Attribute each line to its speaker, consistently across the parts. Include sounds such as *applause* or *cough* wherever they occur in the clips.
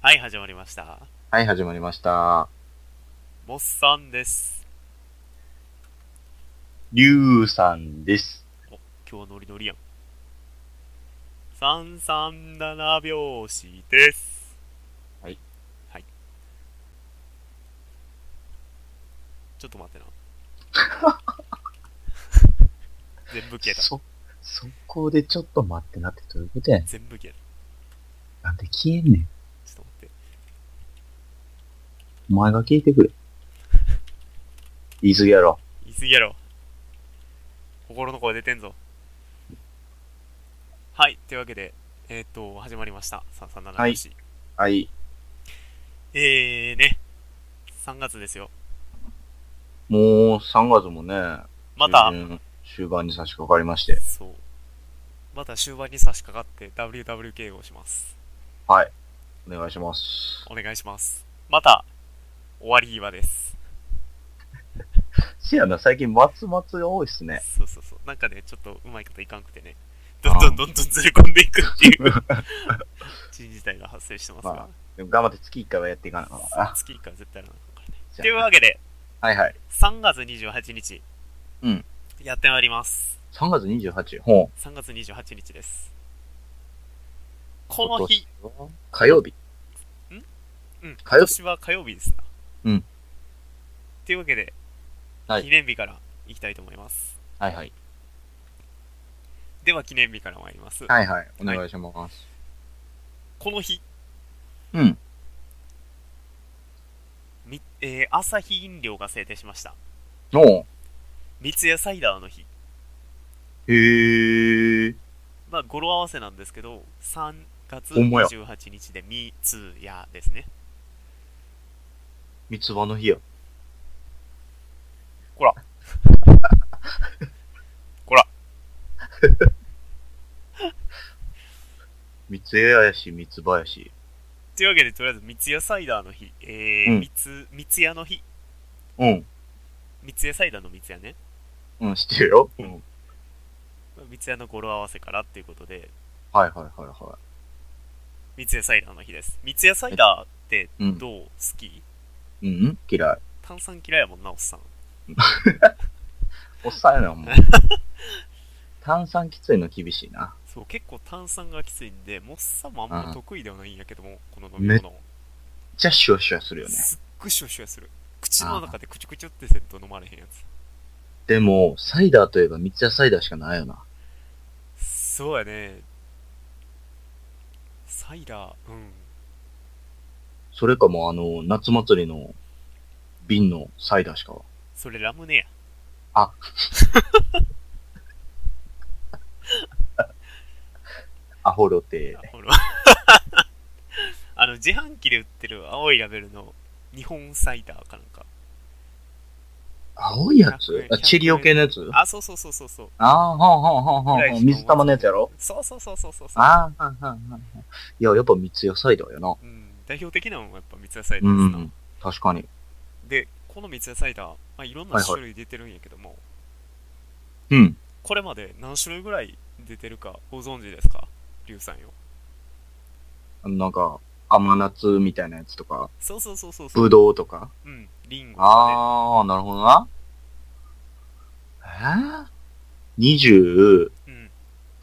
Speaker 1: はい、始まりました。
Speaker 2: はい、始まりました。
Speaker 1: モッさんです。
Speaker 2: りゅうさんです。
Speaker 1: 今日はノリノリやん。三三七拍子です。
Speaker 2: はい。
Speaker 1: はい。ちょっと
Speaker 2: *laughs*
Speaker 1: 待ってな。全部消えた。
Speaker 2: そ、そこでちょっと待ってなってどういうことやね
Speaker 1: 全部消えた。
Speaker 2: ん。なんで消えんねん。
Speaker 1: ちょっと待って。
Speaker 2: お前が消えてくれ。言い過ぎやろ。
Speaker 1: 言い過ぎやろ。心の声出てんぞ。はい。というわけで、えー、っと、始まりました。三三七拍子。
Speaker 2: はい。
Speaker 1: えーね。3月ですよ。
Speaker 2: もう3月もね、
Speaker 1: また、
Speaker 2: 中旬終盤に差し掛かりまして。
Speaker 1: そう。また終盤に差し掛かって WWK をします。
Speaker 2: はい。お願いします。
Speaker 1: お願いします。また、終わり際です。
Speaker 2: せやな、最近松松が多いっすね。
Speaker 1: そうそうそう。なんかね、ちょっとうまいこといかんくてね。どんどんどんどんずれ込んでいくって
Speaker 2: *laughs*
Speaker 1: いう珍事態が発生してますが、
Speaker 2: までも頑張って月1回はやっていかなあかんあ。
Speaker 1: 月1回は絶対やらなあかんからね。
Speaker 2: じ
Speaker 1: という
Speaker 2: ゃあ
Speaker 1: わけで、
Speaker 2: はいはい。
Speaker 1: 3月28日、
Speaker 2: うん
Speaker 1: やってまいります。
Speaker 2: 3月28。ほ
Speaker 1: 3月28日です。
Speaker 2: う。
Speaker 1: この日、
Speaker 2: 今年は火曜日。
Speaker 1: うん、
Speaker 2: 火
Speaker 1: 今
Speaker 2: 曜日
Speaker 1: 年は火曜日ですな。
Speaker 2: うん
Speaker 1: というわけで、
Speaker 2: はい
Speaker 1: 記念日からいきたいと思います。
Speaker 2: はいはい。
Speaker 1: では記念日から参ります。
Speaker 2: はいはい。お願いします。
Speaker 1: この日、
Speaker 2: うん。
Speaker 1: みえー、朝日飲料が制定しました。
Speaker 2: おう。
Speaker 1: 三ツ矢サイダーの日。
Speaker 2: へー。
Speaker 1: まあ、語呂合わせなんですけど、3月
Speaker 2: ほんまや
Speaker 1: 28日で三ツ矢ですね。
Speaker 2: 三つ葉の日や。三つ屋やし、三つ葉やし。
Speaker 1: というわけで、とりあえず三ツ矢サイダーの日、えー
Speaker 2: うん
Speaker 1: 三つ三ツ矢の日、
Speaker 2: うん。
Speaker 1: 三ツ矢サイダーの三ツ矢ね。
Speaker 2: うん、知ってるよ。うん。
Speaker 1: 三ツ矢の語呂合わせからっていうことで、
Speaker 2: はいはいはいは
Speaker 1: 三ツ矢サイダーの日です。三ツ矢サイダーって
Speaker 2: い。うん。
Speaker 1: どう好き
Speaker 2: うん嫌い。
Speaker 1: 炭酸嫌いやもんな、おっさん。
Speaker 2: おっさんやな、も *laughs* う。炭酸きついの厳しいな。
Speaker 1: そう、結構炭酸がきついんで、モッサンもあん
Speaker 2: う
Speaker 1: ま
Speaker 2: ん
Speaker 1: 得意ではないんやけども、この飲み
Speaker 2: め
Speaker 1: 物。
Speaker 2: めっちゃシュワシュワするよね。
Speaker 1: すっごいシュワシュワする。口の中でクチュクチュってせんと飲まれへんや
Speaker 2: でも、サイダーといえば三ツ矢サイダーしかないよな。
Speaker 1: つ。そうやね。サイダー、うん。
Speaker 2: それかもうあの、夏祭りの瓶のサイダーしか。
Speaker 1: それラムネや。
Speaker 2: あアホロテ。
Speaker 1: ほら。 *laughs* あの、自販機で売ってる青いラベルの日本サイダーかなんか。
Speaker 2: 青いやつ
Speaker 1: 100
Speaker 2: あ、チェリオ系のやつ
Speaker 1: あ、そうそうそうそうそう。
Speaker 2: ああ、ほんほんほんほん
Speaker 1: ぐらいし
Speaker 2: ほ
Speaker 1: か
Speaker 2: ん。水玉のやつやろ
Speaker 1: そうそうそうそうそうそう。
Speaker 2: ああ、はいはいはいはい。いや、やっぱ三ツ矢サイダーやな。
Speaker 1: うん、代表的なのがやっぱ三ツ矢サイダ
Speaker 2: う
Speaker 1: ーですな。
Speaker 2: ん。確かに。
Speaker 1: で、この三ツ矢サイダー、まあ、いろんな種類出てるんやけども、
Speaker 2: うん。
Speaker 1: これまで何種類ぐらい出てるかご存知ですかリュウさんよ。
Speaker 2: あのなんか、甘夏みたいなやつとか、
Speaker 1: そうそうそうそうそう。
Speaker 2: ぶどうとか。
Speaker 1: うん、リンゴとかね。
Speaker 2: ああ、なるほどな。えー、
Speaker 1: うん、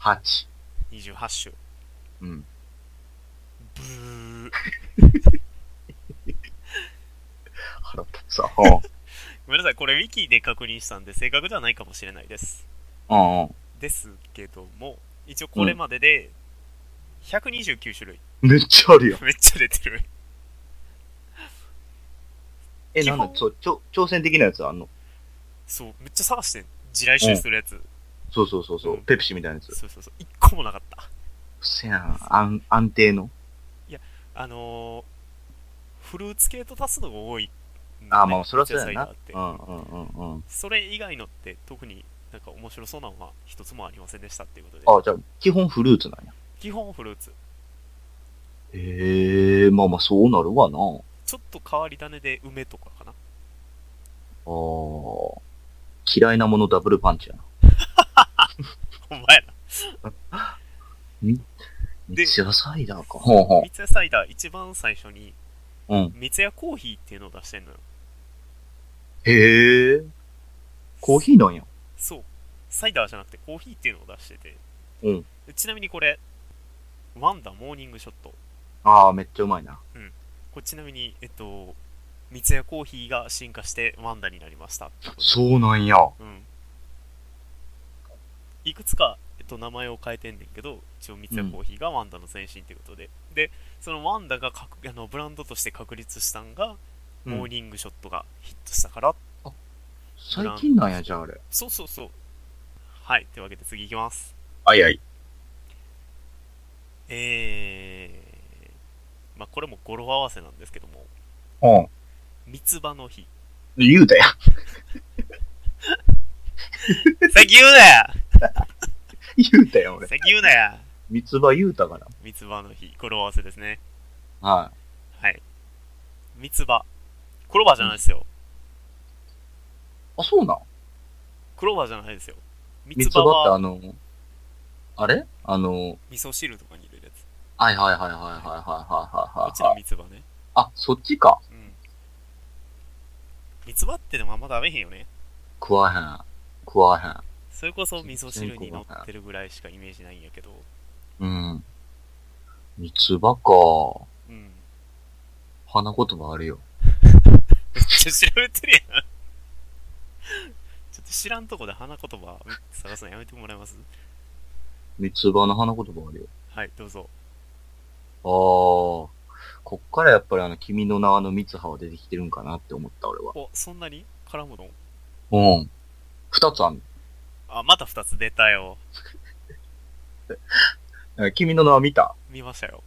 Speaker 2: ?28。
Speaker 1: 28種。
Speaker 2: うん。
Speaker 1: ブー。
Speaker 2: 腹立つわ。うん。
Speaker 1: ごめんなさい、これウィキで確認したんで正確ではないかもしれないです。
Speaker 2: *laughs* うんうん。
Speaker 1: ですけども、一応これまでで129種類。
Speaker 2: めっちゃあるやん。
Speaker 1: めっちゃ出てる。
Speaker 2: え、
Speaker 1: 基
Speaker 2: なん
Speaker 1: 本
Speaker 2: だ、そう、ちょ、挑戦的なやつあんの
Speaker 1: そう、めっちゃ探してん。地雷集するやつ。
Speaker 2: そうそうそうそうう。
Speaker 1: ん
Speaker 2: ペプシみたいなやつ。
Speaker 1: そうそうそう。一個もなかった。
Speaker 2: せやん。安、安定の。
Speaker 1: あのー、フルーツ系と足すのが多い、
Speaker 2: ああ、まあ、それはそう
Speaker 1: ジャズサ
Speaker 2: や
Speaker 1: イダ
Speaker 2: な
Speaker 1: ーって。
Speaker 2: うんうんうんうん。
Speaker 1: それ以外のって特になんか面白そうなのは一つもありませんでしたっていうことで。
Speaker 2: あ、じゃあ、基本フルーツなんや。
Speaker 1: 基本フルーツ。
Speaker 2: へえ、まあまあそうなるわな。あ
Speaker 1: ちょっと変わり種で梅とかかな。
Speaker 2: あ。嫌いなものダブルパンチやな。
Speaker 1: ほんまやな。で
Speaker 2: 三ツ矢サイダーか。ほうほう
Speaker 1: 三。ツ矢サイダー一番最初に
Speaker 2: うん。
Speaker 1: 三ツ矢コーヒーっていうのを出してんのよ
Speaker 2: へえ。コーヒーなんや。
Speaker 1: そうサイダーじゃなくてコーヒーっていうのを出してて、
Speaker 2: うん
Speaker 1: ちなみにこれワンダモーニングショット
Speaker 2: ああ、めっちゃうまいな。
Speaker 1: これちなみにえっと三ツ矢コーヒーが進化してワンダになりました
Speaker 2: そうなんや。
Speaker 1: うんいくつか、えっと、名前を変えてんねんけど一応三ツ矢コーヒーがワンダの前身ということで、でそのワンダがかくあのブランドとして確立したんが、
Speaker 2: うん
Speaker 1: モーニングショットがヒットしたから
Speaker 2: 最近なんや、じゃああれ。
Speaker 1: そうそうそうはいというわけで次いきます
Speaker 2: あいあい。
Speaker 1: えー、まあこれも語呂合わせなんですけども、
Speaker 2: うん。
Speaker 1: 三つ葉の
Speaker 2: *laughs*
Speaker 1: 日。
Speaker 2: 言うたや。
Speaker 1: 先言うな
Speaker 2: *laughs* 言うたや、
Speaker 1: よ
Speaker 2: 俺。
Speaker 1: 先言うなよ
Speaker 2: 三つ葉言うたから。
Speaker 1: 三つ葉の日、語呂合わせですね。
Speaker 2: は
Speaker 1: はい。三つ葉。クローバーじゃないですよ。
Speaker 2: い。あ、そうなん
Speaker 1: クローバーじゃないですよ。三
Speaker 2: 三
Speaker 1: つ
Speaker 2: つ葉
Speaker 1: 葉
Speaker 2: ってあ
Speaker 1: は
Speaker 2: の、あれあの、
Speaker 1: 味噌汁とかに入れるやつ。
Speaker 2: はいはいはいはいはいはいはい
Speaker 1: こ
Speaker 2: は
Speaker 1: っ
Speaker 2: い
Speaker 1: ち
Speaker 2: は
Speaker 1: の
Speaker 2: い。
Speaker 1: 三つ葉ね。
Speaker 2: あ、そっちか。
Speaker 1: うん。三つ葉ってでもあんま食べへんよね。
Speaker 2: 食わへん。食わ
Speaker 1: それこそ味噌汁に乗ってるぐらいしかイメージないんやけど。
Speaker 2: へん。うん。三つ葉か。
Speaker 1: うん。
Speaker 2: 花言葉あるよ。
Speaker 1: めっちゃ調べてるやん。ちょっと知らんとこで花言葉探すのやめてもらえます
Speaker 2: 三つ葉の花言葉あるよ。
Speaker 1: はい、どうぞ。
Speaker 2: あー、こっからやっぱりあの、君の名はの三葉は出てきてるんかなって思った、俺は。
Speaker 1: お、そんなに絡むの
Speaker 2: うん。二つあん
Speaker 1: あ、また2つ出たよ。
Speaker 2: の。え君の名は見た
Speaker 1: 見ましたよ。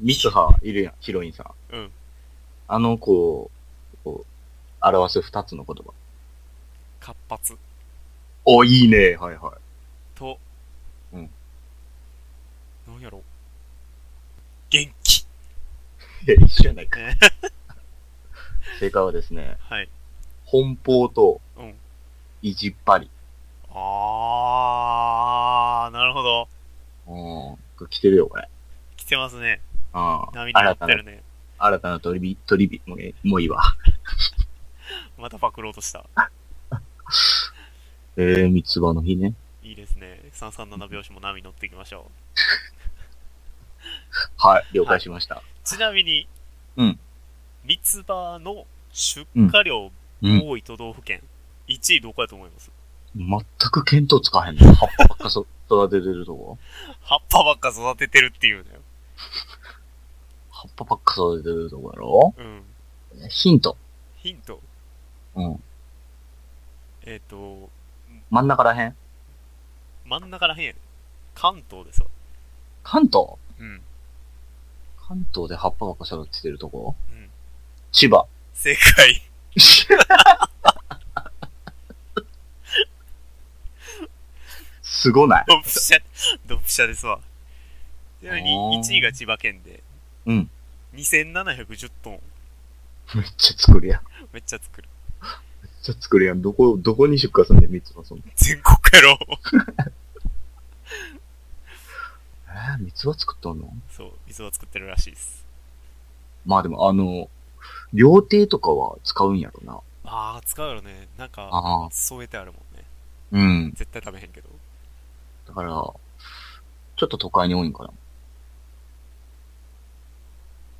Speaker 2: 三葉いるやん、ヒロインさん。
Speaker 1: うん。
Speaker 2: あの子を、こう、表す二つの言葉。
Speaker 1: 活発
Speaker 2: お、いいね。はいはい。
Speaker 1: と、
Speaker 2: うん。
Speaker 1: なんやろ元気。
Speaker 2: い *laughs* や、一緒やないか。
Speaker 1: ね
Speaker 2: 正解はですね、
Speaker 1: はい。
Speaker 2: 奔放と
Speaker 1: うん。
Speaker 2: 意地っぱり。
Speaker 1: あー、なるほど。
Speaker 2: うん。来てるよ、これ。
Speaker 1: 来てますね。
Speaker 2: ああ
Speaker 1: 波に乗
Speaker 2: 新
Speaker 1: って
Speaker 2: た
Speaker 1: る
Speaker 2: な、
Speaker 1: ね。
Speaker 2: 新たなトリビ、トリビ、もうえもういいわ。
Speaker 1: またパクろうとした。
Speaker 2: えー、三つ葉の日ね。
Speaker 1: いいですね。337拍子も波に乗っていきましょう。
Speaker 2: はい、了解しました。
Speaker 1: ちなみに、
Speaker 2: うん。
Speaker 1: 三つ葉の出荷量
Speaker 2: うん。
Speaker 1: 多い都道府県、1位どこやと思います
Speaker 2: 全く見当つかへんの。葉っぱばっかそ育ててるとこ *laughs*
Speaker 1: 葉っぱばっか育ててるっていうのよ。
Speaker 2: 葉っぱばっか育ててるとこやろ
Speaker 1: うん。
Speaker 2: ヒント。
Speaker 1: ヒント。
Speaker 2: うん。
Speaker 1: えっ、と、
Speaker 2: 真ん中らへん
Speaker 1: 真ん中らへんやね関東ですわ。
Speaker 2: 関東
Speaker 1: うん。うん。
Speaker 2: 関東で葉っぱばっか育ててるとこ
Speaker 1: *laughs*
Speaker 2: 千葉。
Speaker 1: 正解。
Speaker 2: すごない
Speaker 1: ドンピシャ、ドンピシャですわ。ちなみに
Speaker 2: おー
Speaker 1: 1位が千葉県で、
Speaker 2: うん。
Speaker 1: 2710トン。
Speaker 2: めっちゃ作るやん。
Speaker 1: めっちゃ作る。
Speaker 2: めっちゃ作るやん。どこ、どこに出荷すんねん、三つ葉そんな。
Speaker 1: 全国やろ。
Speaker 2: えー、三つ葉作っとんの
Speaker 1: そう、水は作ってるらしいです。
Speaker 2: まあでも、あの、料亭とかは使うんやろな。
Speaker 1: あー、使うよね。なんか、
Speaker 2: ああ。
Speaker 1: 添えてあるもんね。
Speaker 2: うん。
Speaker 1: 絶対食べへんけど。
Speaker 2: だから、ちょっと都会に多いんかな。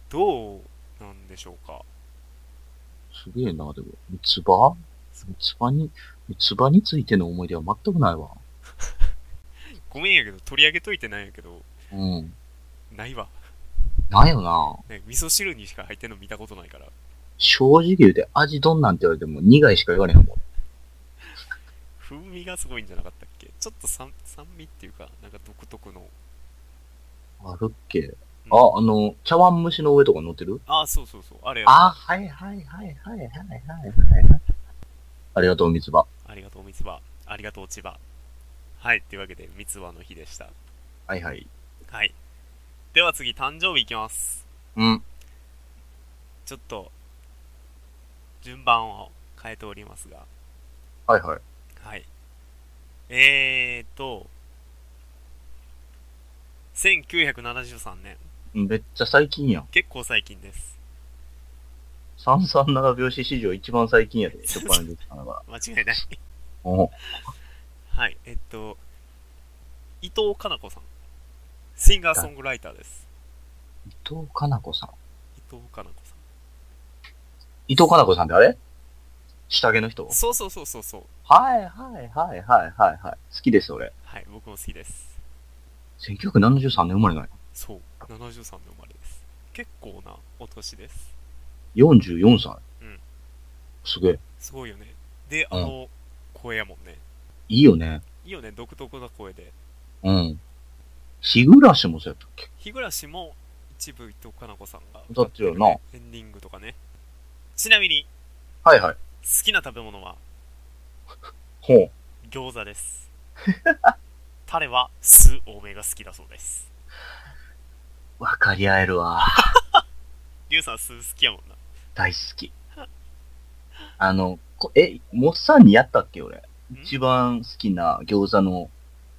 Speaker 1: どうなんでしょうか。
Speaker 2: すげえな、でも。三つ葉三つ葉に、三つ葉についての思い出は全くないわ。
Speaker 1: ごめんやけど、取り上げといてないんやけど、
Speaker 2: うん。
Speaker 1: ないわ。
Speaker 2: ないよな。
Speaker 1: ね、味噌汁にしか入ってんの見たことないから。
Speaker 2: 正直言うて、味どんなんって言われても苦いしか言われへんもん。
Speaker 1: 風味がすごいんじゃなかったっけちょっと酸酸味っていうか、なんか独特の。
Speaker 2: あるっけあ、あの、茶碗蒸しの上とか乗ってる
Speaker 1: ああ、そうそうそう。あれや
Speaker 2: あ、はいはいはいはいはいはいはい。ありがとう、三つ葉。
Speaker 1: ありがとう、三つ葉。ありがとう、千葉。はい。というわけで、三つ葉の日でした。
Speaker 2: はいはい。
Speaker 1: はい。では次、誕生日いきます。
Speaker 2: うん。
Speaker 1: ちょっと、順番を変えておりますが。
Speaker 2: はいはい。
Speaker 1: はい。えーと、 1973年
Speaker 2: めっちゃ最近やん。
Speaker 1: 結構最近です
Speaker 2: 337拍子史上一番最近
Speaker 1: *laughs*
Speaker 2: やで、初っ端に出てたのが。
Speaker 1: 間違いない
Speaker 2: おう
Speaker 1: はいえっと伊藤かな子さんシンガーソングライターです
Speaker 2: 伊藤かな子さん。
Speaker 1: 伊藤かな子さん
Speaker 2: 伊藤かな子さんってあれ下着の人
Speaker 1: そうそうそうそうそう
Speaker 2: はいはいはいはいはいはい。好きです、俺。
Speaker 1: はい僕も好きです
Speaker 2: 1973年生まれない。
Speaker 1: そう73年生まれです結構なお年です
Speaker 2: 44歳。
Speaker 1: うん
Speaker 2: すげえ。
Speaker 1: すごいよねであの、声やもんね
Speaker 2: いいよね。
Speaker 1: いいよね独特な声で
Speaker 2: うん。日暮らしもそうやったっけ
Speaker 1: 日暮も一部伊藤かな子さんが
Speaker 2: 歌ってるよな
Speaker 1: ねエンディングとかねちなみに
Speaker 2: はいはい。
Speaker 1: 好きな食べ物は
Speaker 2: ほう。
Speaker 1: 餃子です *laughs* タレは酢多めが好きだそうです
Speaker 2: 分かり合えるわ。
Speaker 1: リュウさん酢好きやもんな
Speaker 2: 大好き。あの、こえ、モッサンにやったっけ俺。一番好きな餃子の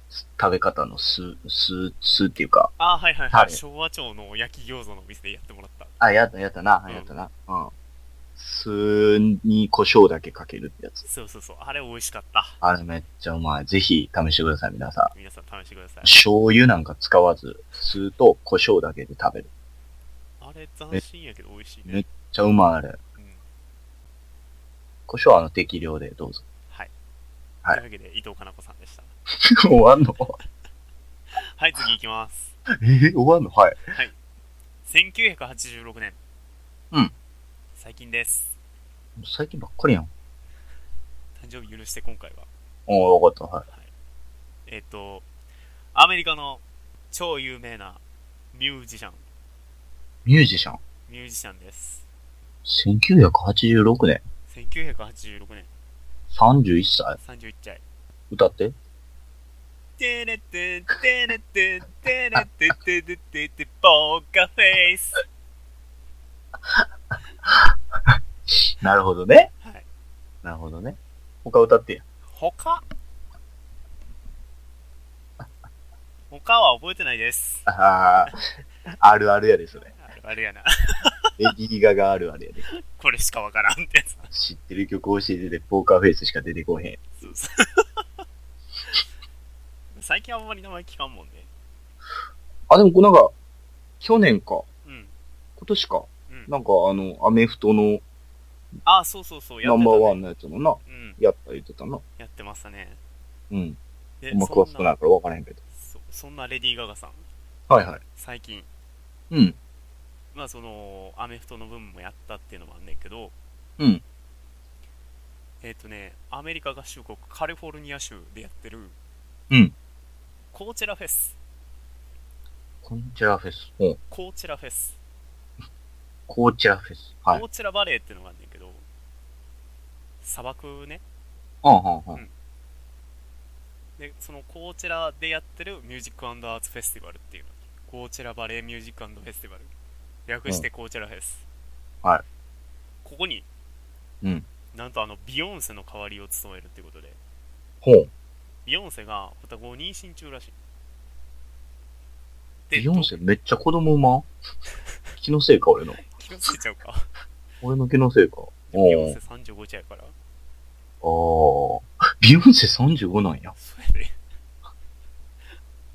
Speaker 2: す食べ方の酢、酢、酢っていうか。
Speaker 1: あーはいはい
Speaker 2: タ
Speaker 1: はい
Speaker 2: レ
Speaker 1: 昭和町の焼き餃子のお店でやってもらった
Speaker 2: あ、やった、やったな、
Speaker 1: うん
Speaker 2: やったな。うん。酢に胡椒だけかけるってやつ。
Speaker 1: そうそうそうあれ美味しかった
Speaker 2: あれめっちゃうまい。ぜひ試してください、皆さん。
Speaker 1: 皆さん試してください
Speaker 2: 醤油なんか使わず、酢と胡椒だけで食べる。
Speaker 1: あれ斬新やけど美味しい
Speaker 2: め
Speaker 1: ね
Speaker 2: っめっちゃうまい、あれ。
Speaker 1: うん
Speaker 2: 胡椒はあの適量でどうぞ。 *laughs*
Speaker 1: はいと
Speaker 2: はい
Speaker 1: いうわけで伊藤かな子さんでした
Speaker 2: 終わんの *laughs*
Speaker 1: はい次いきます
Speaker 2: え終わんのはい。
Speaker 1: 1986年
Speaker 2: うん
Speaker 1: 最近です
Speaker 2: 最近ばっかりやん。
Speaker 1: 誕生日許して今回は
Speaker 2: おー、わかった。はい。
Speaker 1: えっ、とアメリカの超有名なミュージシャン
Speaker 2: ミュージシャン。
Speaker 1: ミュージシャンです
Speaker 2: 1986年。
Speaker 1: 1986年
Speaker 2: 31歳。
Speaker 1: 31歳
Speaker 2: 歌って。
Speaker 1: テレテテレテテレテテテテテポーカーフェイス
Speaker 2: なるほどね。
Speaker 1: はい
Speaker 2: なるほどね。他歌ってや。
Speaker 1: 他他は覚えてないです
Speaker 2: あー、あるあるやで、それ。
Speaker 1: あるあれやな
Speaker 2: レディーガガあるあるやで。
Speaker 1: これしかわからんってや
Speaker 2: *laughs*
Speaker 1: つ
Speaker 2: 知ってる曲教えてて、ポーカーフェイスしか出てこへん。
Speaker 1: そうそう最近あんまり名前聞かんもんね
Speaker 2: あ、でも、なんか、去年か、
Speaker 1: うん
Speaker 2: 今年か、
Speaker 1: うん
Speaker 2: なんかあの、アメフトの
Speaker 1: あそうそうそうやっ
Speaker 2: ナ
Speaker 1: て
Speaker 2: ン
Speaker 1: た
Speaker 2: バーワ
Speaker 1: ね
Speaker 2: ンのやつもな、
Speaker 1: うん
Speaker 2: やった言ってたな。
Speaker 1: やってましたね
Speaker 2: うん。
Speaker 1: で
Speaker 2: あんま詳しくないから分からへんけど。
Speaker 1: そんなそそんなレディー・ガガさん
Speaker 2: はいはい。
Speaker 1: 最近
Speaker 2: うん。
Speaker 1: まあそのアメフトの分もやったっていうのもあんねんけど
Speaker 2: うん
Speaker 1: えっ、とねアメリカ合衆国カリフォルニア州でやってる
Speaker 2: うん
Speaker 1: コーチェラフェス
Speaker 2: コンチェラフェス。うん。
Speaker 1: コーチェラフェス、
Speaker 2: コーチェラフェス。はい。
Speaker 1: コーチェラバレーっていうのがあんねんけど砂漠ね
Speaker 2: うんうんうん。
Speaker 1: でそのコーチェラでやってるミュージックアーツフェスティバルっていうのコーチェラバレーミュージックフェスティバル略してコーチェラフェス、
Speaker 2: はい
Speaker 1: ここに
Speaker 2: うん
Speaker 1: なんとあのビヨンセの代わりを務めるっていうことで
Speaker 2: ほう。
Speaker 1: ビヨンセが双子を妊娠中らしいで
Speaker 2: ビヨンセめっちゃ子供うまん気のせいか、俺の。
Speaker 1: ど気のせいちゃうか
Speaker 2: 俺の気のせいか。お
Speaker 1: ビヨンセ
Speaker 2: ー
Speaker 1: 35歳やから
Speaker 2: あー。ビヨンセ35なんや。
Speaker 1: それで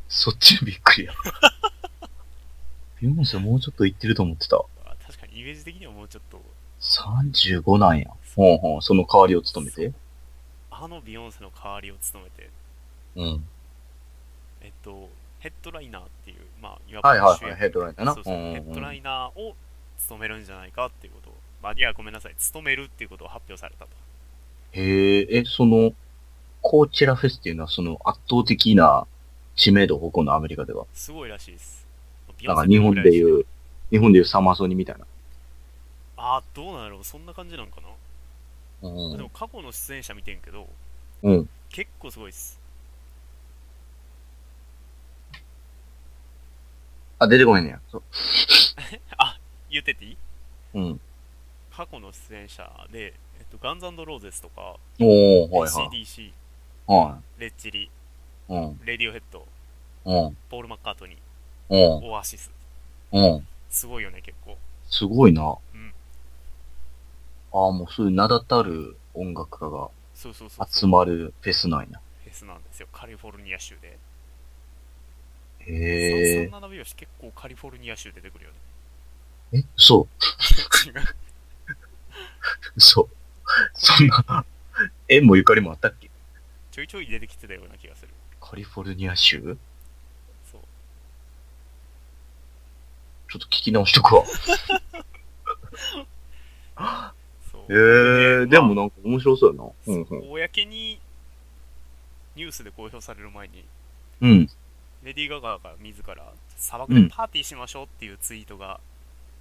Speaker 2: そっちびっく
Speaker 1: *laughs*
Speaker 2: りや。ビヨンセもうちょっと言ってると思ってた。
Speaker 1: あ確かにイメージ的にはもうちょっと
Speaker 2: 35なんや。ほうほう。その代わりを務めて。
Speaker 1: あのビヨンセの代わりを務めて
Speaker 2: うん。
Speaker 1: えっとヘッドライナーっていうまあいわ
Speaker 2: はいはい
Speaker 1: 主
Speaker 2: はい。
Speaker 1: 役
Speaker 2: ヘッドラインだな。
Speaker 1: そうそう
Speaker 2: うんうんうん
Speaker 1: ヘッドライナーを務めるんじゃないかっていうことを、まあ、いやごめんなさい務めるっていうことを発表されたと
Speaker 2: へえ、え、その、コーチェラフェスっていうのはその圧倒的な知名度を誇るのアメリカでは。
Speaker 1: すごいらしいですビ
Speaker 2: な
Speaker 1: ヨン
Speaker 2: んか
Speaker 1: セ
Speaker 2: 日本で
Speaker 1: ぐらい
Speaker 2: いう、日本でいうサマソニみたいな。
Speaker 1: ああどうなんやろうそんな感じなんかな、
Speaker 2: う
Speaker 1: で
Speaker 2: ん
Speaker 1: も。過去の出演者見てんけど
Speaker 2: うん。
Speaker 1: 結構すごいっす
Speaker 2: あ、出てこへんねや。そう。
Speaker 1: あ言ってっていい
Speaker 2: うん。
Speaker 1: 過去の出演者で、えっと、ガンズローゼスとか、
Speaker 2: おー、はいはい。
Speaker 1: ACDC
Speaker 2: は
Speaker 1: レッチリ
Speaker 2: い。うん。
Speaker 1: レディオヘッド
Speaker 2: うん。
Speaker 1: ポール・マッカートニー
Speaker 2: うん。
Speaker 1: オアシス。
Speaker 2: うん。
Speaker 1: すごいよね、結構。
Speaker 2: すごいな。
Speaker 1: うん。
Speaker 2: ああ、もうそういう名だたる音楽家が
Speaker 1: そうそうそう
Speaker 2: 集
Speaker 1: そう。
Speaker 2: まるフェスなんや。
Speaker 1: フェスなんですよ、カリフォルニア州で。
Speaker 2: へえ。
Speaker 1: 337拍子結構カリフォルニア州出てくる
Speaker 2: *laughs*
Speaker 1: よね。
Speaker 2: え、そう。
Speaker 1: 違う
Speaker 2: そう。そんな、縁もゆかりもあったっけ
Speaker 1: ちょいちょい出てきてたような気がする。
Speaker 2: カリフォルニア州
Speaker 1: そう。
Speaker 2: ちょっと聞き直しとくわ。
Speaker 1: そう
Speaker 2: へえー、でもなんか面白そうやな。うんうん。
Speaker 1: 公にニュースで公表される前に、
Speaker 2: うん。
Speaker 1: レディー・ガガが自ら砂漠でパーティーしましょうっていうツイートが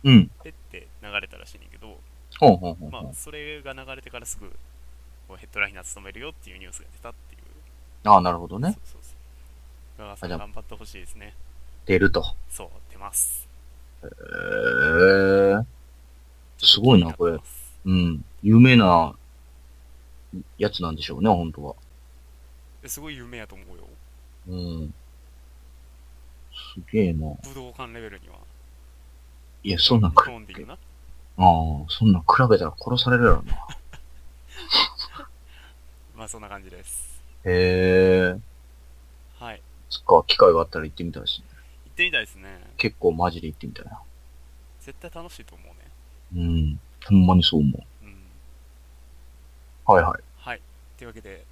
Speaker 2: うん。
Speaker 1: ペッて流れたらしいねんだけど、
Speaker 2: ほんほんほん
Speaker 1: ま
Speaker 2: ほ
Speaker 1: あ
Speaker 2: ん。
Speaker 1: それが流れてからすぐこうヘッドライナー務めるよっていうニュースが出たっていう。
Speaker 2: ああ、なるほどね。
Speaker 1: そうそうそう。ガガさ
Speaker 2: あ
Speaker 1: ん
Speaker 2: じゃあ
Speaker 1: 頑張ってほしいですね。
Speaker 2: 出ると。
Speaker 1: そう、出ます。
Speaker 2: へえー。すごいなこれ
Speaker 1: ちょっと気にってます
Speaker 2: うん。有名なやつなんでしょうね、本当は。
Speaker 1: えすごい有名やと思うよ。
Speaker 2: うん。すげえな。
Speaker 1: 武道館レベルには。
Speaker 2: いや、そんなん
Speaker 1: 日
Speaker 2: く、あ
Speaker 1: 本で言うな。
Speaker 2: あ、そんなん比べたら殺されるやろな。
Speaker 1: まあそんな感じです。
Speaker 2: へえ。
Speaker 1: はい。
Speaker 2: そっか、機会があったら行ってみたいですね。
Speaker 1: 行ってみたいですね。
Speaker 2: 結構マジで行ってみたいな。
Speaker 1: 絶対楽しいと思うね。
Speaker 2: うん。ほんまにそう思
Speaker 1: うん。
Speaker 2: う。はいはい。
Speaker 1: はい。というわけで、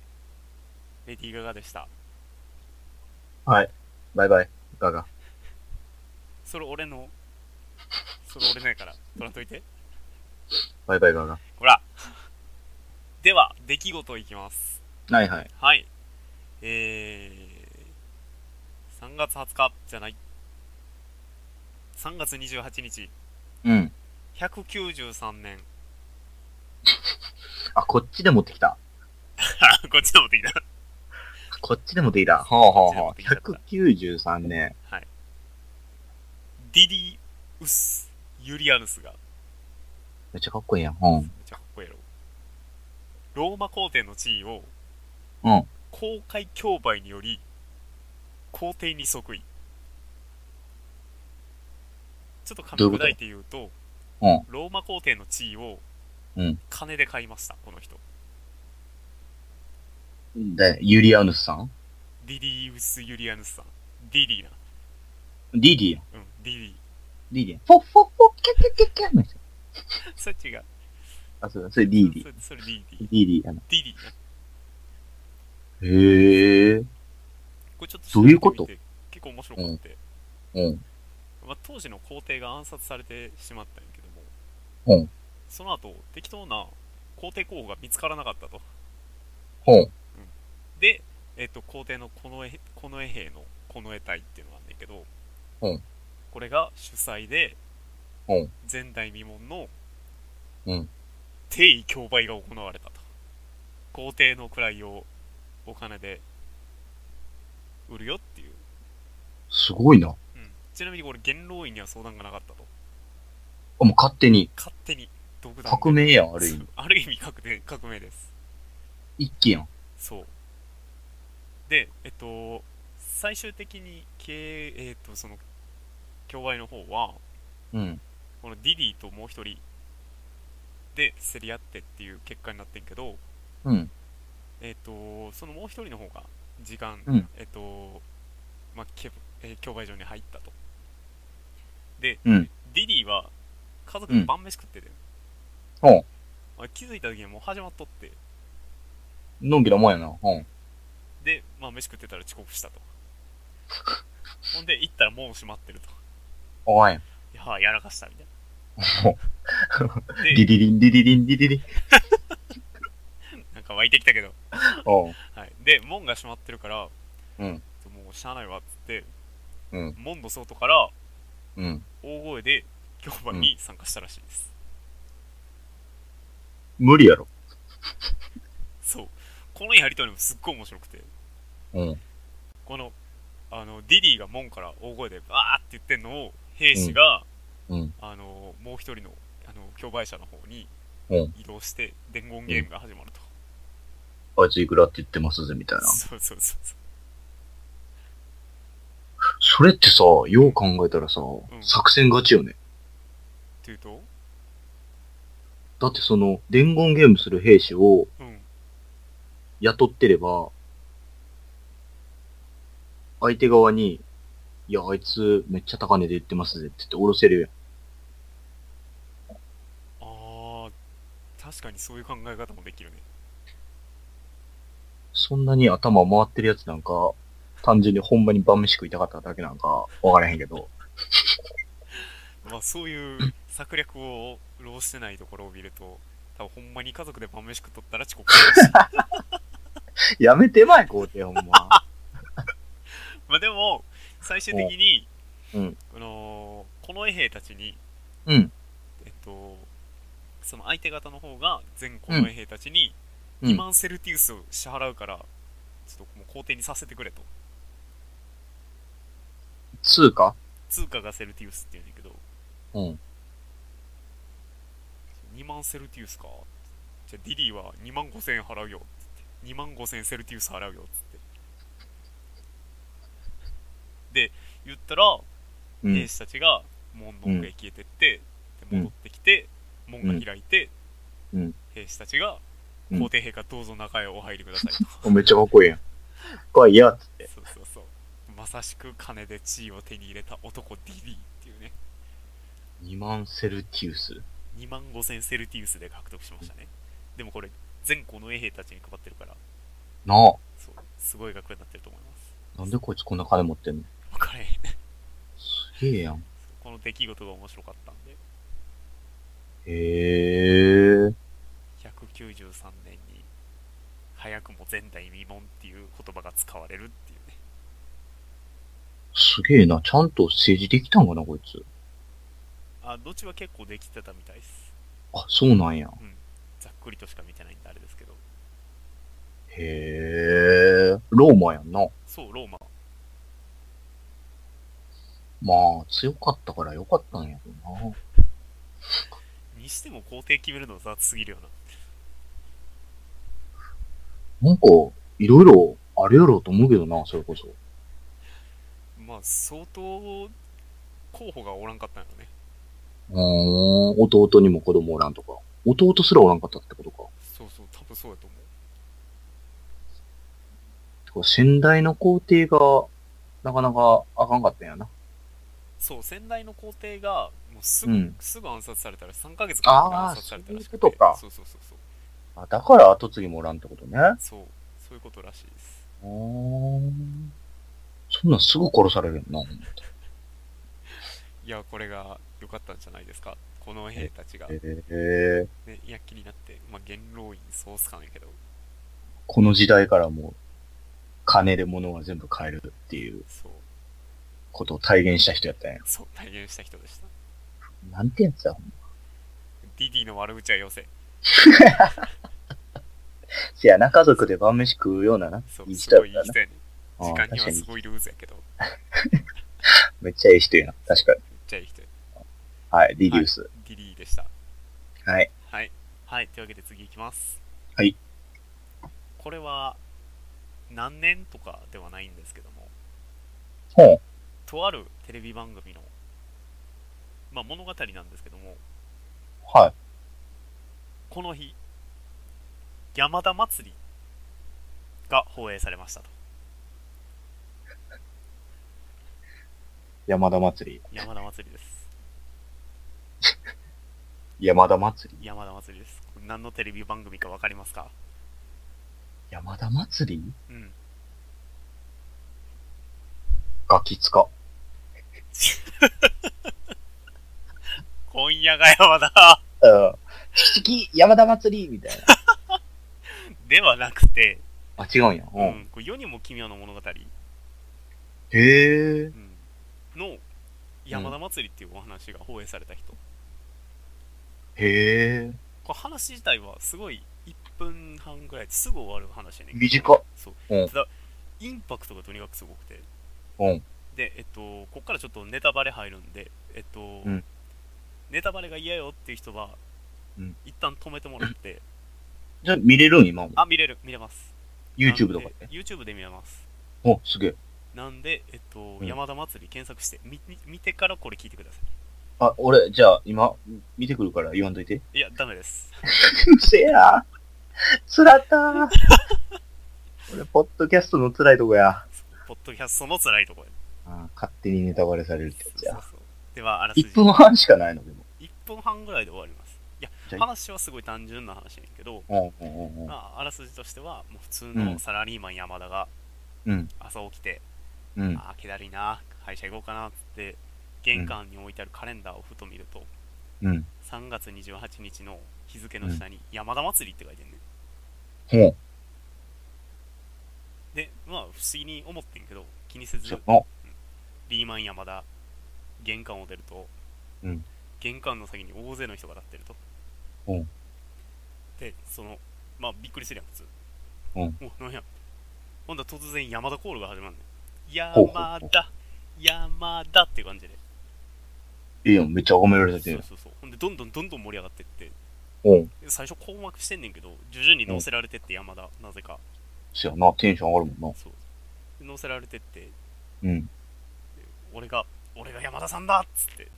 Speaker 1: レディー・ガガでした。
Speaker 2: はい。バイバイ。ガガ。
Speaker 1: それ俺の、それ俺のやから、取らんといて。
Speaker 2: バイバイガガ。
Speaker 1: ほら。 *laughs* では、出来事いきます。
Speaker 2: はいはい。
Speaker 1: はい。えー、3月20日じゃない。3月28日、
Speaker 2: うん。
Speaker 1: 193年。 *laughs*
Speaker 2: あ、こっちで持ってきた。
Speaker 1: あこっちの持ってきた。
Speaker 2: こっちで持ってきた。ほうほうほ
Speaker 1: こっ
Speaker 2: う。
Speaker 1: ちで持っ
Speaker 2: 193年。
Speaker 1: ディディ・ウス・ユリアヌスが、
Speaker 2: めっちゃかっこいいやん。うん
Speaker 1: め。っちゃかっこいいやろ。ローマ皇帝の地位を、
Speaker 2: うん。
Speaker 1: 公開競売により皇帝に即位ちょっと噛
Speaker 2: どういう
Speaker 1: み
Speaker 2: こと
Speaker 1: 砕いて言うと
Speaker 2: うん
Speaker 1: ローマ皇帝の地位を
Speaker 2: うん
Speaker 1: 金で買いましたこの人
Speaker 2: で、ユリアヌスさん
Speaker 1: ディディウス・ユリアヌスさんディディな
Speaker 2: ディディやん。
Speaker 1: うんディディ
Speaker 2: ディディやん。フォッフォッフォッ、キャキャキャキャみたいな。
Speaker 1: そっちが
Speaker 2: あ、そうだ、それディディ。
Speaker 1: それそれディディ
Speaker 2: ディディやな。
Speaker 1: ディディな
Speaker 2: へえ。
Speaker 1: これちょっと
Speaker 2: どういうこと
Speaker 1: 調べてみて結構面白くって、
Speaker 2: うん。
Speaker 1: まあ、当時の皇帝が暗殺されてしまったんやけども、
Speaker 2: うん
Speaker 1: その後適当な皇帝候補が見つからなかったと
Speaker 2: ほう。
Speaker 1: で、えっと皇帝の近衛近衛兵の近衛隊っていうのがあるんだけど、
Speaker 2: うん
Speaker 1: これが主催で、
Speaker 2: うん
Speaker 1: 前代未聞の、
Speaker 2: うん
Speaker 1: 定位競売が行われたと皇帝の位をお金で売るよっていう、
Speaker 2: すごいな。
Speaker 1: うんちなみにこれ元老院には相談がなかったと
Speaker 2: あ、もう勝手に。
Speaker 1: 勝手に独断で
Speaker 2: 革命やん、ある意味。
Speaker 1: ある意味革命革命です
Speaker 2: 一気やん。
Speaker 1: そうでえっと最終的に経営えっとその競売の方は
Speaker 2: うん。
Speaker 1: このディディともう一人で競り合ってっていう結果になってんけど
Speaker 2: うん。
Speaker 1: えっとそのもう一人の方が時間、
Speaker 2: うん
Speaker 1: えっとまあけえー競売場に入ったとで、
Speaker 2: うん
Speaker 1: ディディは家族で晩飯食ってて、
Speaker 2: ほ
Speaker 1: あ気づいた時にはもう始まっとって
Speaker 2: う。のんびらもんやな。うん。
Speaker 1: で、まあ、飯食ってたら遅刻した
Speaker 2: *laughs*
Speaker 1: と。ほんで、行ったらもう閉まってると。
Speaker 2: あかんや
Speaker 1: い
Speaker 2: ん。
Speaker 1: やあやらかしたみたい
Speaker 2: も
Speaker 1: な。
Speaker 2: うディ
Speaker 1: で、
Speaker 2: ディリン、ディディリン、ディディリン。
Speaker 1: なんか湧いてきたけど。
Speaker 2: うん。
Speaker 1: はい。で、門が閉まってるから、
Speaker 2: うん。
Speaker 1: もうしゃあないわっつって、
Speaker 2: うん
Speaker 1: 門の外から
Speaker 2: うん。
Speaker 1: 大声で競売に参加したらしいです。
Speaker 2: 無理やろ。
Speaker 1: そう。このやりとりもすっごい面白くて、
Speaker 2: うん。
Speaker 1: この、あの、ディディが門から大声でバーって言ってんのを、兵士が、
Speaker 2: うん。
Speaker 1: あの、もう一人の、あの、競売者の方に
Speaker 2: うん。
Speaker 1: 移動して、伝言ゲームが始まると。
Speaker 2: あいついくらって言ってますぜ、みたいな。
Speaker 1: そうそうそうそう。
Speaker 2: すそれってさ、よう考えたらさ、
Speaker 1: ん
Speaker 2: 作戦勝ちよね。
Speaker 1: ていうと
Speaker 2: だってその、伝言ゲームする兵士を
Speaker 1: うん
Speaker 2: 雇ってれば、相手側に、いや、あいつめっちゃ高値で売ってますぜって言って下ろせるやん。
Speaker 1: あー確かにそういう考え方もできるね
Speaker 2: そんなに頭回ってるやつなんか、単純にほんまに晩飯食いたかっただけなんか、わからへんけど。
Speaker 1: まあそういう策略を浪してないところを見ると多分ほんまに家族で晩飯食っとったら遅刻するし
Speaker 2: やめてまい、皇帝ほ
Speaker 1: *laughs*
Speaker 2: んま。
Speaker 1: まあでも最終的に、
Speaker 2: うん
Speaker 1: あのーこの衛兵たちに
Speaker 2: うん。
Speaker 1: えっとその相手方の方が全この衛兵たちに
Speaker 2: うん
Speaker 1: 2万セルティウスを支払うから、ちょっともう皇帝にさせてくれと
Speaker 2: 通貨
Speaker 1: 通貨がセルティウスって言うんだけど
Speaker 2: うん。
Speaker 1: 2万セルティウスかじゃあディリーは2万5千円払うよっつって2万5千セルティウス払うよっつってで言ったら
Speaker 2: う
Speaker 1: 兵
Speaker 2: ん。
Speaker 1: 士たちが門の奥へ消えてって、
Speaker 2: う
Speaker 1: で
Speaker 2: ん
Speaker 1: 戻ってきて門が開いて、
Speaker 2: うん
Speaker 1: 兵士たちが
Speaker 2: うん
Speaker 1: 皇帝陛下どうぞ中へお入りくだ
Speaker 2: *laughs*
Speaker 1: さいと、
Speaker 2: おめっちゃかっこいいやん。かっこいいや、つって。
Speaker 1: そうそうそうまさしく金で地位を手に入れた男ディリーっていうね
Speaker 2: 2万セルティウス。
Speaker 1: 2万5000セルティウスで獲得しましたねでもこれ全校の衛兵たちに配ってるから
Speaker 2: なあ。
Speaker 1: そうすごい額になってると思います
Speaker 2: なんでこいつこんな金持ってんの
Speaker 1: 分かれへん
Speaker 2: すげえやん。
Speaker 1: この出来事が面白かったんで
Speaker 2: へえ。
Speaker 1: 193年に早くも前代未聞っていう言葉が使われるっていうね
Speaker 2: すげえな。ちゃんと政治できたんかな、こいつ。
Speaker 1: あどっちは結構できてたみたいです
Speaker 2: あ、そうなんや。
Speaker 1: ざっくりとしか見てないんであれですけど
Speaker 2: へえ。ローマやんな。
Speaker 1: そうローマ
Speaker 2: まあ、強かったからよかったんやけどな。
Speaker 1: にしても皇帝決めるの雑すぎるよな
Speaker 2: なんか、いろいろあるやろうと思うけどな、それこそ。
Speaker 1: まあ相当候補がおらんかったんやろね
Speaker 2: うーん、弟にも子供おらんとか。弟すらおらんかったってことか。
Speaker 1: そうそう多分そうだと思う
Speaker 2: てか先代の皇帝が、なかなかあかんかったんやな。
Speaker 1: そう先代の皇帝がもうすぐ,、
Speaker 2: うん
Speaker 1: すぐ暗殺されたら3ヶ月かかって
Speaker 2: あー
Speaker 1: 暗殺されたらしくて
Speaker 2: そういうことか
Speaker 1: そうそうそうそう
Speaker 2: あだから後継ぎもおらんってことね。
Speaker 1: そうそういうことらしいです
Speaker 2: うーん。そんなんすぐ殺されるんな。
Speaker 1: いやこれが良かったんじゃないですかこの兵たちが、ね、
Speaker 2: ええ
Speaker 1: 躍起になって、まあ、元老院総スカんやけど
Speaker 2: この時代からもう、金で物は全部買えるっていう
Speaker 1: そう
Speaker 2: ことを体現した人やったんや。
Speaker 1: そう体現した人でした
Speaker 2: なんてやつだ、ほんま。
Speaker 1: ディディの悪口はよせ
Speaker 2: せやな、家族で晩飯食うようなな
Speaker 1: そ。
Speaker 2: いうい
Speaker 1: す
Speaker 2: 人
Speaker 1: ごいい
Speaker 2: や
Speaker 1: い
Speaker 2: ったな。
Speaker 1: 人やね時間
Speaker 2: ああ確
Speaker 1: に
Speaker 2: か
Speaker 1: は
Speaker 2: に
Speaker 1: す。ごいルーズやけどめっ
Speaker 2: めっちゃいい人やな。確かに。
Speaker 1: ちゃいい人や
Speaker 2: はい、リデュース。
Speaker 1: ディディでした
Speaker 2: はい。
Speaker 1: はいはいというわけで次いきます
Speaker 2: はい
Speaker 1: これは何年とかではないんですけども
Speaker 2: ほう。
Speaker 1: とあるテレビ番組の、まあ、物語なんですけども
Speaker 2: はい。
Speaker 1: この日山田祭りが放映されましたと
Speaker 2: 山田祭り。
Speaker 1: 山田祭りです
Speaker 2: 山田祭り。
Speaker 1: *laughs* 山田祭りですこれ何のテレビ番組か分かりますか
Speaker 2: 山田祭り
Speaker 1: うん
Speaker 2: ガキ使。
Speaker 1: 今夜が山田 *laughs*
Speaker 2: うん。チキチキ、山田祭りみたいな。
Speaker 1: ではなくて、
Speaker 2: *laughs* あ、違うんや。
Speaker 1: う、
Speaker 2: うん
Speaker 1: これ世にも奇妙な物語、う
Speaker 2: へえ。
Speaker 1: ん、の山田祭りっていうお話が放映された人、
Speaker 2: へえ。
Speaker 1: これ話自体はすごい1分半ぐらいですぐ終わる話やねんけど
Speaker 2: 短っ。
Speaker 1: そう、
Speaker 2: うん
Speaker 1: ただインパクトがとにかくすごくて
Speaker 2: うん。
Speaker 1: でえっとこっからちょっとネタバレ入るんでえっと、
Speaker 2: ん
Speaker 1: ネタバレが嫌よっていう人は、
Speaker 2: うん
Speaker 1: 一旦止めてもらって
Speaker 2: じゃあ見れるん今も。
Speaker 1: あ見れる見れます
Speaker 2: YouTube とか
Speaker 1: で
Speaker 2: で。
Speaker 1: YouTube で見れます
Speaker 2: お、すげえ。
Speaker 1: なんで、えっと、
Speaker 2: うん
Speaker 1: 山田祭り検索してみみ見てからこれ聞いてくださ
Speaker 2: あ、俺、じゃあ、今、見てくるから言わんといて。
Speaker 1: いいやダメ
Speaker 2: *laughs*
Speaker 1: です
Speaker 2: うるせえな。つらったー。俺、ポッドキャストの辛いとこや。
Speaker 1: ポッドキャストの辛いところ
Speaker 2: あー勝手にネタバレされるってやつや。
Speaker 1: ではあらすじ
Speaker 2: 1分半しかないの、でも。
Speaker 1: 1分半ぐらいで終わりますい
Speaker 2: じ
Speaker 1: や
Speaker 2: ゃあ
Speaker 1: 話はすごい単純な話やねんけど、
Speaker 2: うんうんうんうん。
Speaker 1: まあ、あらすじとしてはもう普通
Speaker 2: う
Speaker 1: の
Speaker 2: ん
Speaker 1: サラリーマン山田が
Speaker 2: うん
Speaker 1: 朝起きて、
Speaker 2: うん。
Speaker 1: ああ気だるいな会社行こうかなって玄関に置いてあるカレンダーをふと見ると、
Speaker 2: うん。
Speaker 1: 3月28日の日付の下に山田祭りって書いてんねん
Speaker 2: ほう。
Speaker 1: でまあ不思議に思ってんけど気にせ
Speaker 2: じゃ
Speaker 1: ず
Speaker 2: あ、
Speaker 1: リーマン山田玄関を出ると、
Speaker 2: うん
Speaker 1: 玄関の先に大勢の人が立ってると、
Speaker 2: うん
Speaker 1: でそのまあびっくりするやん普通、
Speaker 2: うん
Speaker 1: おなんやほんだら突然山田コールが始まるねん
Speaker 2: ほうほう
Speaker 1: 山田山田って感じで
Speaker 2: いいよ、めっちゃ褒められて
Speaker 1: そう
Speaker 2: る。
Speaker 1: そうそうほんでどんどんどんどん盛り上がってって
Speaker 2: うん。
Speaker 1: で最初困惑してんねんけど徐々に乗せられてって山田なぜか
Speaker 2: そやな、テンション上がるもん
Speaker 1: そうで乗せられてって
Speaker 2: な。うん。
Speaker 1: 俺が俺が山田さんだっつって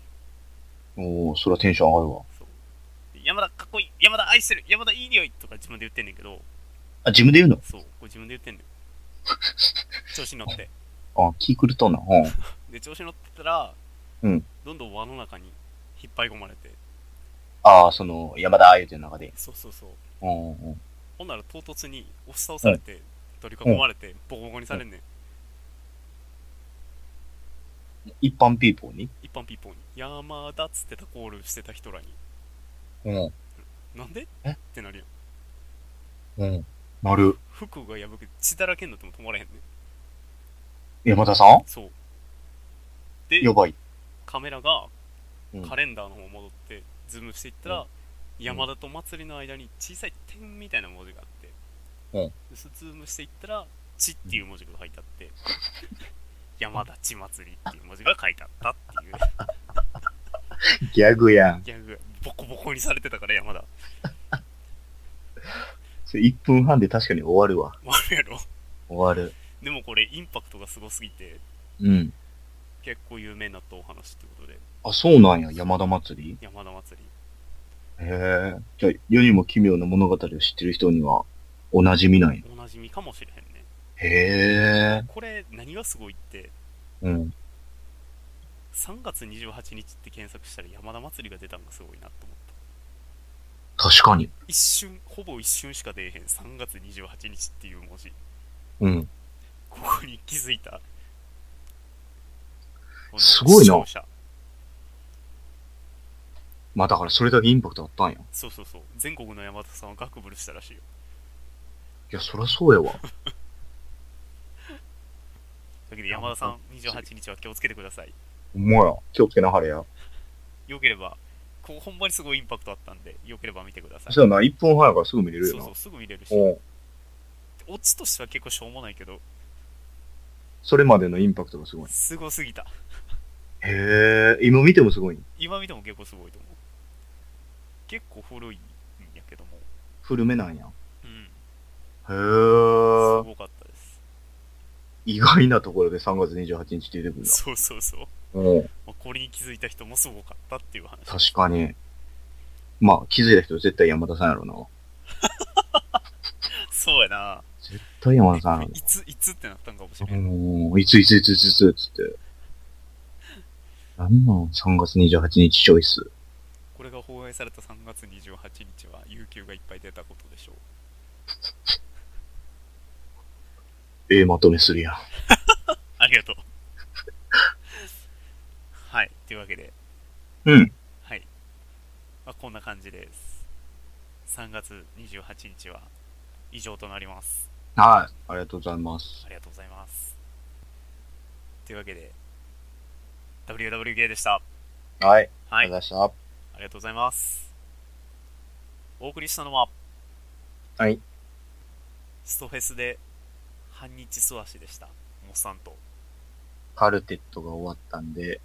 Speaker 2: おー、そりゃテンション上がるわ。
Speaker 1: そうで山田かっこいい山田愛してる山田いい匂いとか自分で言ってんねんけど
Speaker 2: あ、自分で言うの
Speaker 1: そうこれ自分で言ってんねん調子に乗って
Speaker 2: あ、気狂っとんな。うん。
Speaker 1: で調子に乗ってたら、
Speaker 2: うん
Speaker 1: どんどん輪の中に引っ張り込まれて
Speaker 2: ああ、その、山田あゆての中で。
Speaker 1: そうそうそう
Speaker 2: うんうん。
Speaker 1: ほんなら唐突に押し倒されて、取り囲まれて、ボコボコにされんねん、
Speaker 2: 一般ピーポーに
Speaker 1: 一般ピーポーに山田っつってたコールしてた人らに
Speaker 2: うん。
Speaker 1: なんで
Speaker 2: え
Speaker 1: ってなるやん
Speaker 2: うん。なる。
Speaker 1: 服が破けて血だらけになっても止まらへんねん
Speaker 2: 山田さん
Speaker 1: そうで
Speaker 2: やばい。
Speaker 1: カメラが
Speaker 2: うん
Speaker 1: カレンダーの方戻ってズームしていったら、
Speaker 2: う
Speaker 1: 山田と祭りの間に小さい点みたいな文字があって、
Speaker 2: うん
Speaker 1: でそズームしていったら「地」っていう文字が書いてあって、山田地祭りっていう文字が書いてあったっていう
Speaker 2: ギャグやん。
Speaker 1: ギャグボコボコにされてたから山田
Speaker 2: それ1分半で確かに終わるわ。
Speaker 1: 悪いやろ
Speaker 2: 終わる。
Speaker 1: でもこれインパクトがすごすぎて
Speaker 2: うん。
Speaker 1: 結構有名になったお話ってことで
Speaker 2: あ、そうなんや、山田祭り
Speaker 1: 山田祭り
Speaker 2: へえ。じゃあ、世にも奇妙な物語を知ってる人には、お馴染みなんや。
Speaker 1: おなじみかもしれへんね
Speaker 2: へえ。
Speaker 1: これ何がすごいって
Speaker 2: うん。
Speaker 1: 3月28日って検索したら山田祭りが出たのがすごいなと思った
Speaker 2: 確かに。
Speaker 1: 一瞬ほぼ一瞬しか出えへん3月28日っていう文字
Speaker 2: うん。
Speaker 1: ここに気づいたこの
Speaker 2: すごいな
Speaker 1: 視聴者
Speaker 2: まあだからそれだけインパクトあったんや。い
Speaker 1: そうそうそう全国の山田さんはガクブルしたらしいよ
Speaker 2: や、そりゃそうやわ。
Speaker 1: だけど山田さん28日は気をつけてください
Speaker 2: *laughs* ほんまや。気をつけなはれや。
Speaker 1: よければここほんまにすごいインパクトあったんでよければ見てください
Speaker 2: そうやな、1分半やからすぐ見れるよ
Speaker 1: そう
Speaker 2: な。
Speaker 1: そうすぐ見れるし
Speaker 2: おう
Speaker 1: オチとしては結構しょうもないけど
Speaker 2: それまでのインパクトがすごい。
Speaker 1: すごすぎた
Speaker 2: へえ。今見てもすごい。
Speaker 1: 今見ても結構すごいと思う結構古いんやけども
Speaker 2: 古めなんや。
Speaker 1: うん
Speaker 2: へ
Speaker 1: す
Speaker 2: え。
Speaker 1: ごかったです
Speaker 2: 意外なところで3月28日出てくるな。
Speaker 1: そうそうそう
Speaker 2: うん。
Speaker 1: まあ、これに気づいた人もすごかったっていう話
Speaker 2: 確かに。まあ、気づいた人絶対山田さんやろうな。
Speaker 1: そうやな
Speaker 2: 絶対山田さんやろ
Speaker 1: いついつってなったんかもしれな
Speaker 2: う
Speaker 1: い、
Speaker 2: な。うん、いついついついついつつって。なんなん ?3 月28日チョイス。
Speaker 1: これが放映された3月28日は有給がいっぱい出たことでしょう
Speaker 2: ええまとめするやん。
Speaker 1: ありが *laughs* とうはいというわけで
Speaker 2: うん。
Speaker 1: はい、まあ、こんな感じです3月28日は以上となります
Speaker 2: はい。ありがとうございます
Speaker 1: あ。りがとうございますというわけで WWK でした
Speaker 2: はい。
Speaker 1: はい
Speaker 2: ありがとうございました。
Speaker 1: ありがとうございます。お送りしたのは、
Speaker 2: はい。
Speaker 1: ストフェスで半日素足でした。モッサンと。
Speaker 2: カルテットが終わったんで、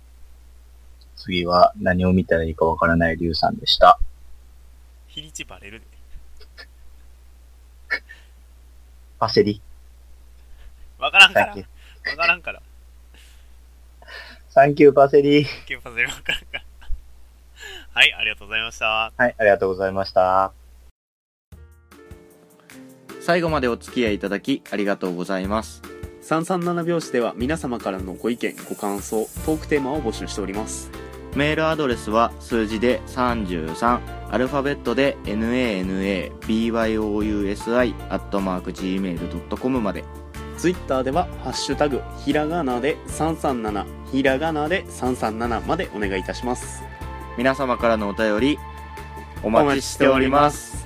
Speaker 2: 次は何を見たらいいかわからないリュウさんでした。
Speaker 1: 日にちバレるで。
Speaker 2: パセリ
Speaker 1: わからんか
Speaker 2: だ
Speaker 1: ら
Speaker 2: っけ
Speaker 1: わからんから。
Speaker 2: サンキューパセリ。
Speaker 1: キューパズルわからんから。はい、ありがとうございました。
Speaker 2: はい、ありがとうございました。
Speaker 3: 最後までお付き合いいただきありがとうございます
Speaker 1: 337拍子では皆様からのご意見、ご感想、トークテーマを募集しております。
Speaker 3: メールアドレスは数字で33アルファベットで nanabyousi.gmail.com まで
Speaker 1: Twitter では、ハッシュタグ、ひらがなで337、ひらがなで337までお願いいたします。
Speaker 3: 皆様からのお便りお待ちしております